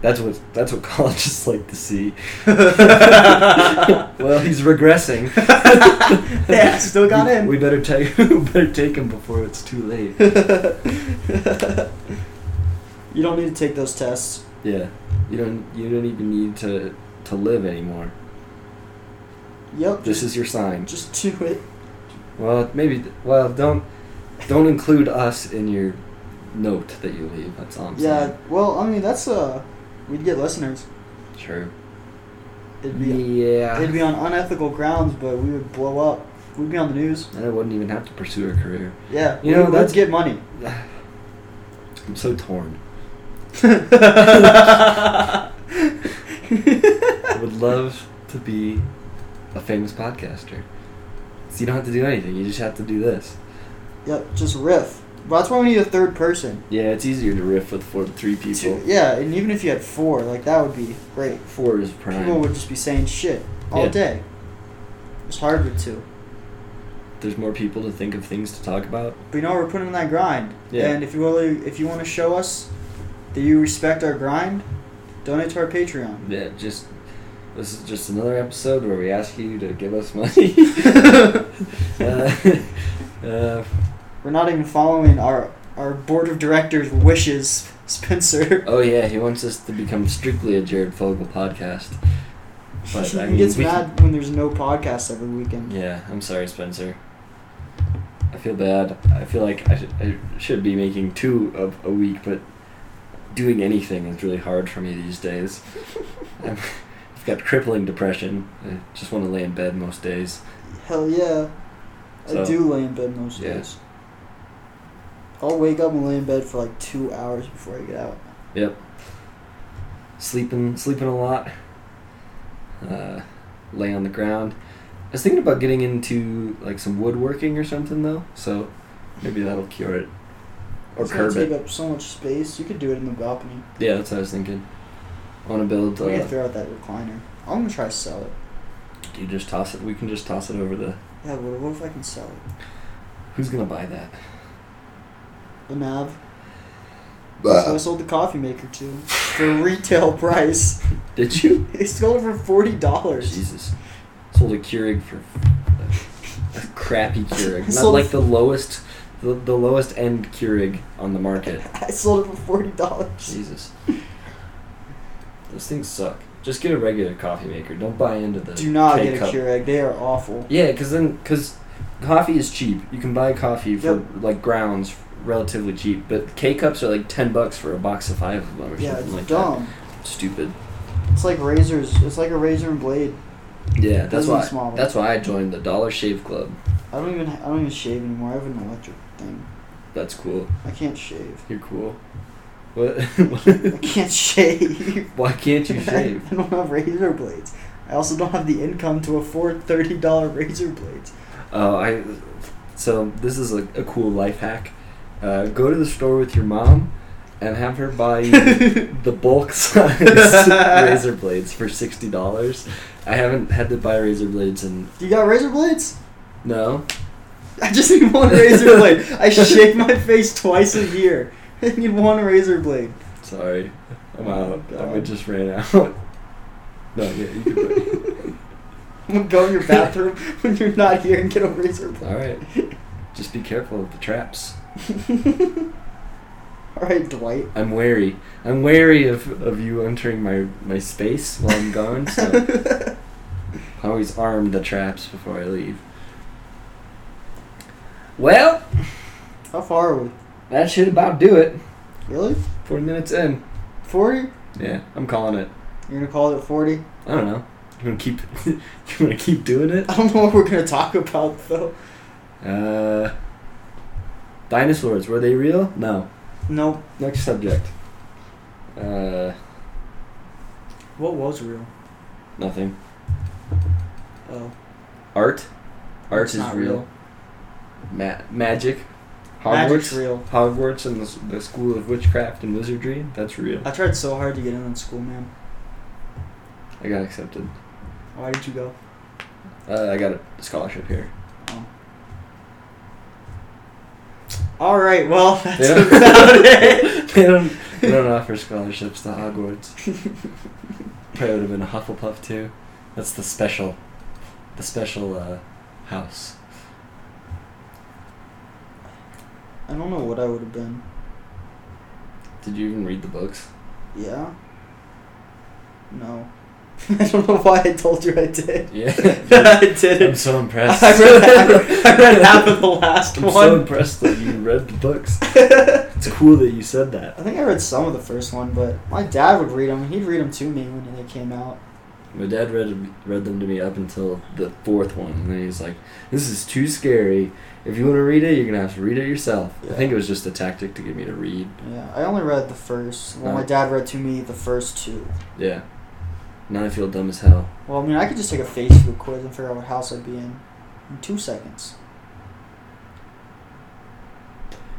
S1: That's what that's what colleges like to see. well,
S2: well,
S1: he's regressing.
S2: Yeah, still got
S1: we,
S2: in.
S1: We better take we better take him before it's too late.
S2: you don't need to take those tests.
S1: Yeah. You don't you don't even need to to live anymore.
S2: Yep.
S1: This is your sign.
S2: Just do it.
S1: Well, maybe. Well, don't don't include us in your note that you leave. That's all I'm
S2: yeah.
S1: saying.
S2: Well, I mean, that's uh, we'd get listeners.
S1: Sure.
S2: It'd be
S1: yeah.
S2: it'd be on unethical grounds, but we would blow up. We'd be on the news.
S1: and I wouldn't even have to pursue a career.
S2: Yeah.
S1: You know,
S2: we'd
S1: that's-
S2: get money.
S1: I'm so torn. I would love to be a famous podcaster. So you don't have to do anything. You just have to do this.
S2: Yep. Just riff. But that's why we need a third person.
S1: Yeah, it's easier to riff with four, three people.
S2: Two, yeah, and even if you had four, like that would be great.
S1: Four is prime.
S2: People would just be saying shit all
S1: Yeah.
S2: day. It's hard with two.
S1: There's more people to think of things to talk about.
S2: But you know we're putting in that grind.
S1: Yeah.
S2: And if you really, if you want to show us that you respect our grind, donate to our Patreon.
S1: Yeah, just this is just another episode where we ask you to give us money. uh, uh,
S2: We're not even following our our board of directors' wishes, Spencer.
S1: oh yeah, he wants us to become strictly a Jared Fogle podcast. But I
S2: he
S1: mean,
S2: gets
S1: we
S2: mad when there's no podcast every weekend.
S1: Yeah, I'm sorry, Spencer. I feel bad. I feel like I, should I should be making two of a week, but doing anything is really hard for me these days. I'm, I've got crippling depression. I just want to lay in bed most days.
S2: Hell yeah. I
S1: So-
S2: do lay in bed most
S1: Yeah.
S2: days. I'll wake up and lay in bed for like two hours before I get out.
S1: Yep. Sleeping, sleeping a lot. Uh, lay on the ground. I was thinking about getting into like some woodworking or something though, so maybe that'll cure it or
S2: it's gonna
S1: curb
S2: take
S1: it.
S2: up so much space. You could do it in the balcony.
S1: Yeah, that's what I was thinking. I want to build.
S2: I'm gonna
S1: Uh,
S2: throw out that recliner. I'm gonna try to sell it.
S1: do you just toss it? We can just toss it over the.
S2: Yeah, what, what if I can sell it?
S1: Who's gonna buy that?
S2: The nav. So I sold the coffee maker too for retail price.
S1: Did you?
S2: They sold it for forty dollars.
S1: Jesus, sold a Keurig for a crappy Keurig, not
S2: Sold-
S1: like the lowest, the, the lowest end Keurig on the market.
S2: I sold it for forty dollars.
S1: Jesus. Those things suck. Just get a regular coffee maker. Don't buy into the.
S2: Do not
S1: K
S2: get a
S1: cup.
S2: Keurig. They are awful.
S1: Yeah, because then because coffee is cheap. You can buy coffee for
S2: Yep.
S1: like grounds relatively cheap, but K cups are like ten bucks for a box of five of them or
S2: Yeah,
S1: something
S2: it's
S1: like
S2: dumb.
S1: that. Stupid.
S2: It's like razors. It's like a razor and blade.
S1: Yeah, that's
S2: Doesn't
S1: why.
S2: smell good.
S1: That's why I joined the Dollar Shave Club.
S2: I don't even. I don't even shave anymore. I have an electric thing.
S1: That's cool.
S2: I can't shave.
S1: You're cool. What?
S2: I can't shave.
S1: why can't you
S2: I,
S1: shave?
S2: don't have razor blades. I also don't have the income to afford thirty dollar razor blades.
S1: Oh, I. So this is a, a cool life hack. Uh, go to the store with your mom, and have her buy you the bulk size razor blades for sixty dollars. I haven't had to buy razor blades in
S2: you got razor blades?
S1: no.
S2: I just need one razor blade. I shave my face twice a year. I need one razor blade.
S1: Sorry, I'm
S2: Oh,
S1: out. I
S2: God.
S1: just ran out. no, yeah, you can. Put
S2: I'm gonna go in your bathroom when you're not here and get a razor blade.
S1: All right, just be careful of the traps.
S2: All right, Dwight.
S1: I'm wary. I'm wary of, of you entering my, my space while I'm gone, so I always arm the traps before I leave. Well,
S2: How far are we?
S1: that should about do it.
S2: Really?
S1: 40 minutes in.
S2: 40?
S1: Yeah, I'm calling it.
S2: You're gonna call it 40?
S1: I don't know. You wanna keep you wanna keep doing it?
S2: I don't know what we're gonna talk about though.
S1: Uh Dinosaurs, were they real? No.
S2: No.
S1: Next subject. Uh
S2: What was real?
S1: nothing.
S2: Oh.
S1: Art? Art
S2: It's
S1: is
S2: not
S1: real.
S2: real.
S1: Ma- magic.
S2: Magic's
S1: Hogwarts.
S2: real.
S1: Hogwarts and the, s- the School of Witchcraft and Wizardry. That's real.
S2: I tried so hard to get in on school, man.
S1: I got accepted.
S2: Why did you go?
S1: Uh, I got a scholarship here.
S2: All right, well, that's
S1: They don't-
S2: about it.
S1: they don't they don't offer scholarships to Hogwarts. Probably would have been a Hufflepuff too. That's the special, the special uh, house.
S2: I don't know what I would have been.
S1: Did you even read the books?
S2: Yeah? No. I don't know why I told you I did.
S1: Yeah.
S2: I did
S1: I'm
S2: it.
S1: so impressed.
S2: I read, half, I read half of the last
S1: I'm
S2: one.
S1: so impressed that you read the books. It's cool that you said that.
S2: I think I read some of the first one, but my dad would read them. He'd read them to me when they came out.
S1: My dad read read them to me up until the fourth one, and then he's like, "This is too scary. If you want to read it, you're gonna have to read it yourself." I think it was just a tactic to get me to read.
S2: Yeah, I only read the first. Well, my
S1: Right.
S2: dad read to me the first two.
S1: Yeah. Now I feel dumb as hell.
S2: Well, I mean, I could just take a Facebook quiz and figure out what house I'd be in in two seconds.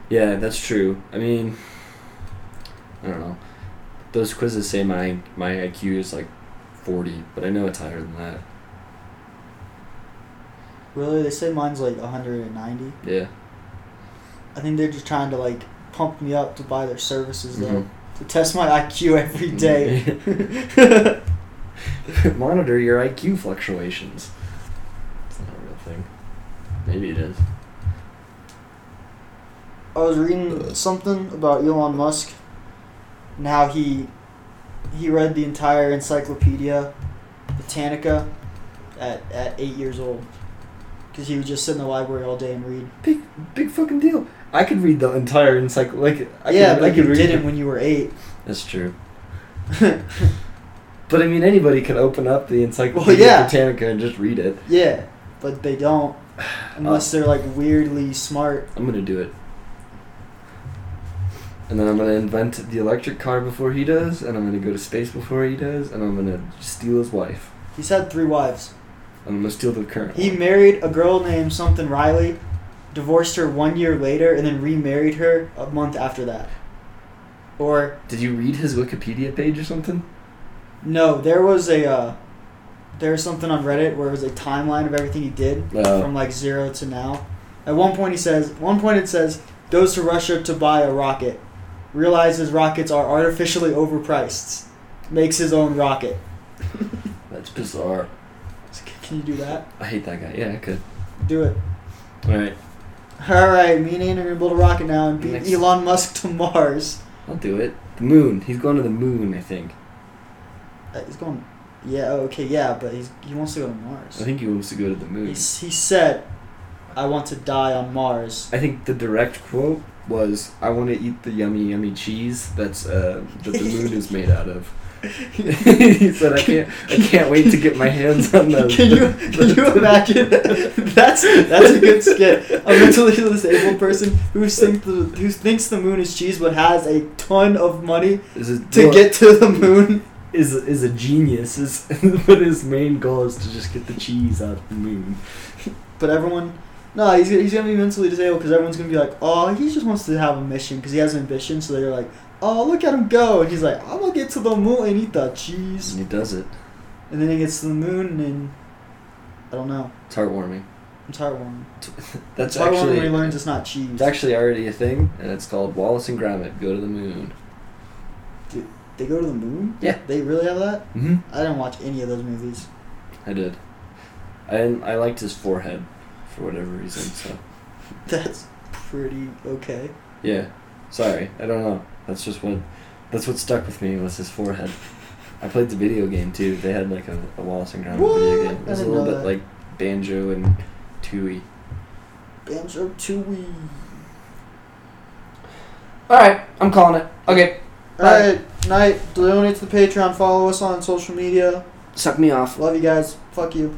S1: Yeah, that's true. I mean, I don't know. Those quizzes say my my IQ is like forty, but I know it's higher than that.
S2: Really, they say mine's like 190.
S1: Yeah.
S2: I think they're just trying to like pump me up to buy their services though
S1: Mhm.
S2: to test my IQ every day.
S1: Mm-hmm. Monitor your IQ fluctuations. It's not a real thing. Maybe it is.
S2: I was reading something about Elon Musk and how he he read the entire Encyclopedia Britannica at at eight years old because he would just sit in the library all day and read.
S1: Big big fucking deal. I could read the entire encycl like I
S2: yeah,
S1: could,
S2: but
S1: I could
S2: you
S1: read
S2: didn't when you were eight.
S1: That's true. But I mean, anybody could open up the Encyclopedia
S2: yeah.
S1: Britannica and just read it.
S2: yeah, but they don't unless they're like weirdly smart.
S1: I'm gonna do it. And then I'm gonna invent the electric car before he does, and I'm gonna go to space before he does, and I'm gonna steal his wife.
S2: He's had three wives.
S1: And I'm gonna steal the current.
S2: He
S1: one.
S2: married a girl named something Riley, divorced her one year later, and then remarried her a month after that. Or
S1: Did you read his Wikipedia page or something?
S2: no, there was a uh, there was something on Reddit where it was a timeline of everything he did
S1: Oh.
S2: from like zero to now. At one point, he says, one point it says goes to Russia to buy a rocket, realizes rockets are artificially overpriced, makes his own rocket.
S1: That's bizarre.
S2: Can you do that?
S1: I hate that guy. Yeah, I could.
S2: Do it.
S1: All right,
S2: All right, me and Ian are gonna build a rocket now and beat
S1: Next.
S2: Elon Musk to Mars.
S1: I'll do it. The moon. He's going to the moon, I think.
S2: Uh, he's going. Yeah. oh, Okay. Yeah, but he's he wants to go to Mars.
S1: I think he wants to go to the moon.
S2: He s- he said, "I want to die on Mars."
S1: I think the direct quote was, "I want to eat the yummy, yummy cheese that's uh, that the moon is made out of." he said, "I can't, I can't wait to get my hands on those."
S2: Can you can you imagine? That's that's a good skit. A mentally disabled person who thinks the who thinks the moon is cheese, but has a ton of money
S1: Is it,
S2: to
S1: well,
S2: get to the moon.
S1: is is a genius. Is but his main goal is to just get the cheese out of the moon.
S2: But everyone, no, he's gonna- he's gonna be mentally disabled because everyone's gonna be like, oh, he just wants to have a mission because he has ambition. So they're like, oh, look at him go, and he's like, I'm gonna get to the moon and eat the cheese.
S1: And he does it.
S2: And then it gets to the moon, and I don't know.
S1: It's heartwarming.
S2: It's heartwarming.
S1: That's
S2: it's heartwarming
S1: actually
S2: when he learns it's not cheese.
S1: it's actually already a thing, and it's called Wallace and Gromit Go to the Moon.
S2: they go to the moon.
S1: Yeah.
S2: They really have that.
S1: Mm-hmm.
S2: I didn't watch any of those movies.
S1: I did. I I liked his forehead for whatever reason. So
S2: That's pretty okay.
S1: yeah, Sorry, I don't know. That's just what that's what stuck with me was his forehead. I played the video game too. They had like a, a Wallace and Gromit video
S2: What?
S1: game. It
S2: I
S1: was a
S2: didn't
S1: little
S2: know
S1: bit
S2: that.
S1: like banjo and Tooie.
S2: Banjo Tooie.
S1: All right, I'm calling it. Okay, Bye.
S2: Alright, night. Donate to the Patreon. Follow us on social media.
S1: suck me off.
S2: Love you guys. Fuck you.